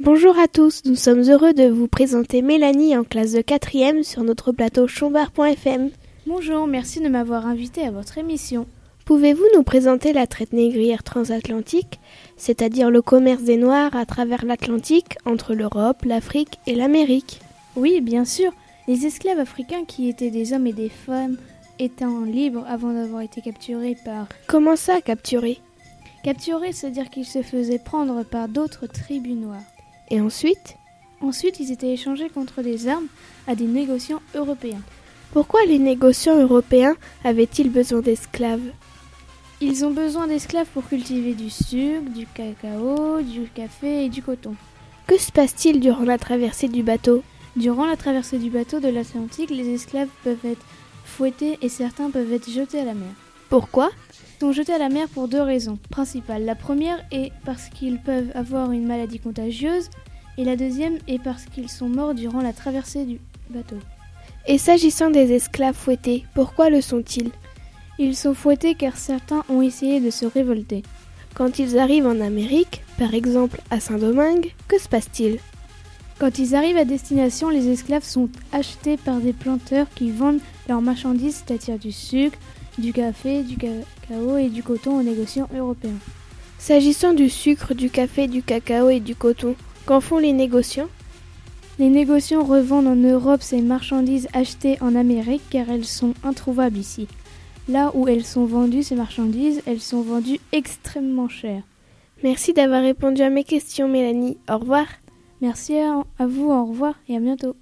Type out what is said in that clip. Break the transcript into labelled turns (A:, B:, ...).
A: Bonjour à tous, nous sommes heureux de vous présenter Mélanie en classe de 4e sur notre plateau chombard.fm.
B: Bonjour, merci de m'avoir invité à votre émission.
A: Pouvez-vous nous présenter la traite négrière transatlantique, c'est-à-dire le commerce des Noirs à travers l'Atlantique entre l'Europe, l'Afrique et l'Amérique
B: Oui, bien sûr. Les esclaves africains qui étaient des hommes et des femmes étant libres avant d'avoir été capturés par...
A: Comment ça, capturer
B: Capturés, c'est-à-dire qu'ils se faisaient prendre par d'autres tribus noires.
A: Et ensuite
B: Ensuite, ils étaient échangés contre des armes à des négociants européens.
A: Pourquoi les négociants européens avaient-ils besoin d'esclaves
B: Ils ont besoin d'esclaves pour cultiver du sucre, du cacao, du café et du coton.
A: Que se passe-t-il durant la traversée du bateau
B: Durant la traversée du bateau de l'Atlantique, les esclaves peuvent être fouettés et certains peuvent être jetés à la mer.
A: Pourquoi
B: Ils sont jetés à la mer pour deux raisons principales. La première est parce qu'ils peuvent avoir une maladie contagieuse et la deuxième est parce qu'ils sont morts durant la traversée du bateau.
A: Et s'agissant des esclaves fouettés, pourquoi le sont-ils
B: Ils sont fouettés car certains ont essayé de se révolter.
A: Quand ils arrivent en Amérique, par exemple à Saint-Domingue, que se passe-t-il
B: Quand ils arrivent à destination, les esclaves sont achetés par des planteurs qui vendent leurs marchandises, c'est-à-dire du sucre, du café, du cacao et du coton aux négociants européens.
A: S'agissant du sucre, du café, du cacao et du coton, qu'en font les négociants
B: Les négociants revendent en Europe ces marchandises achetées en Amérique car elles sont introuvables ici. Là où elles sont vendues, ces marchandises, elles sont vendues extrêmement chères.
A: Merci d'avoir répondu à mes questions, Mélanie. Au revoir.
B: Merci à, à vous, au revoir et à bientôt.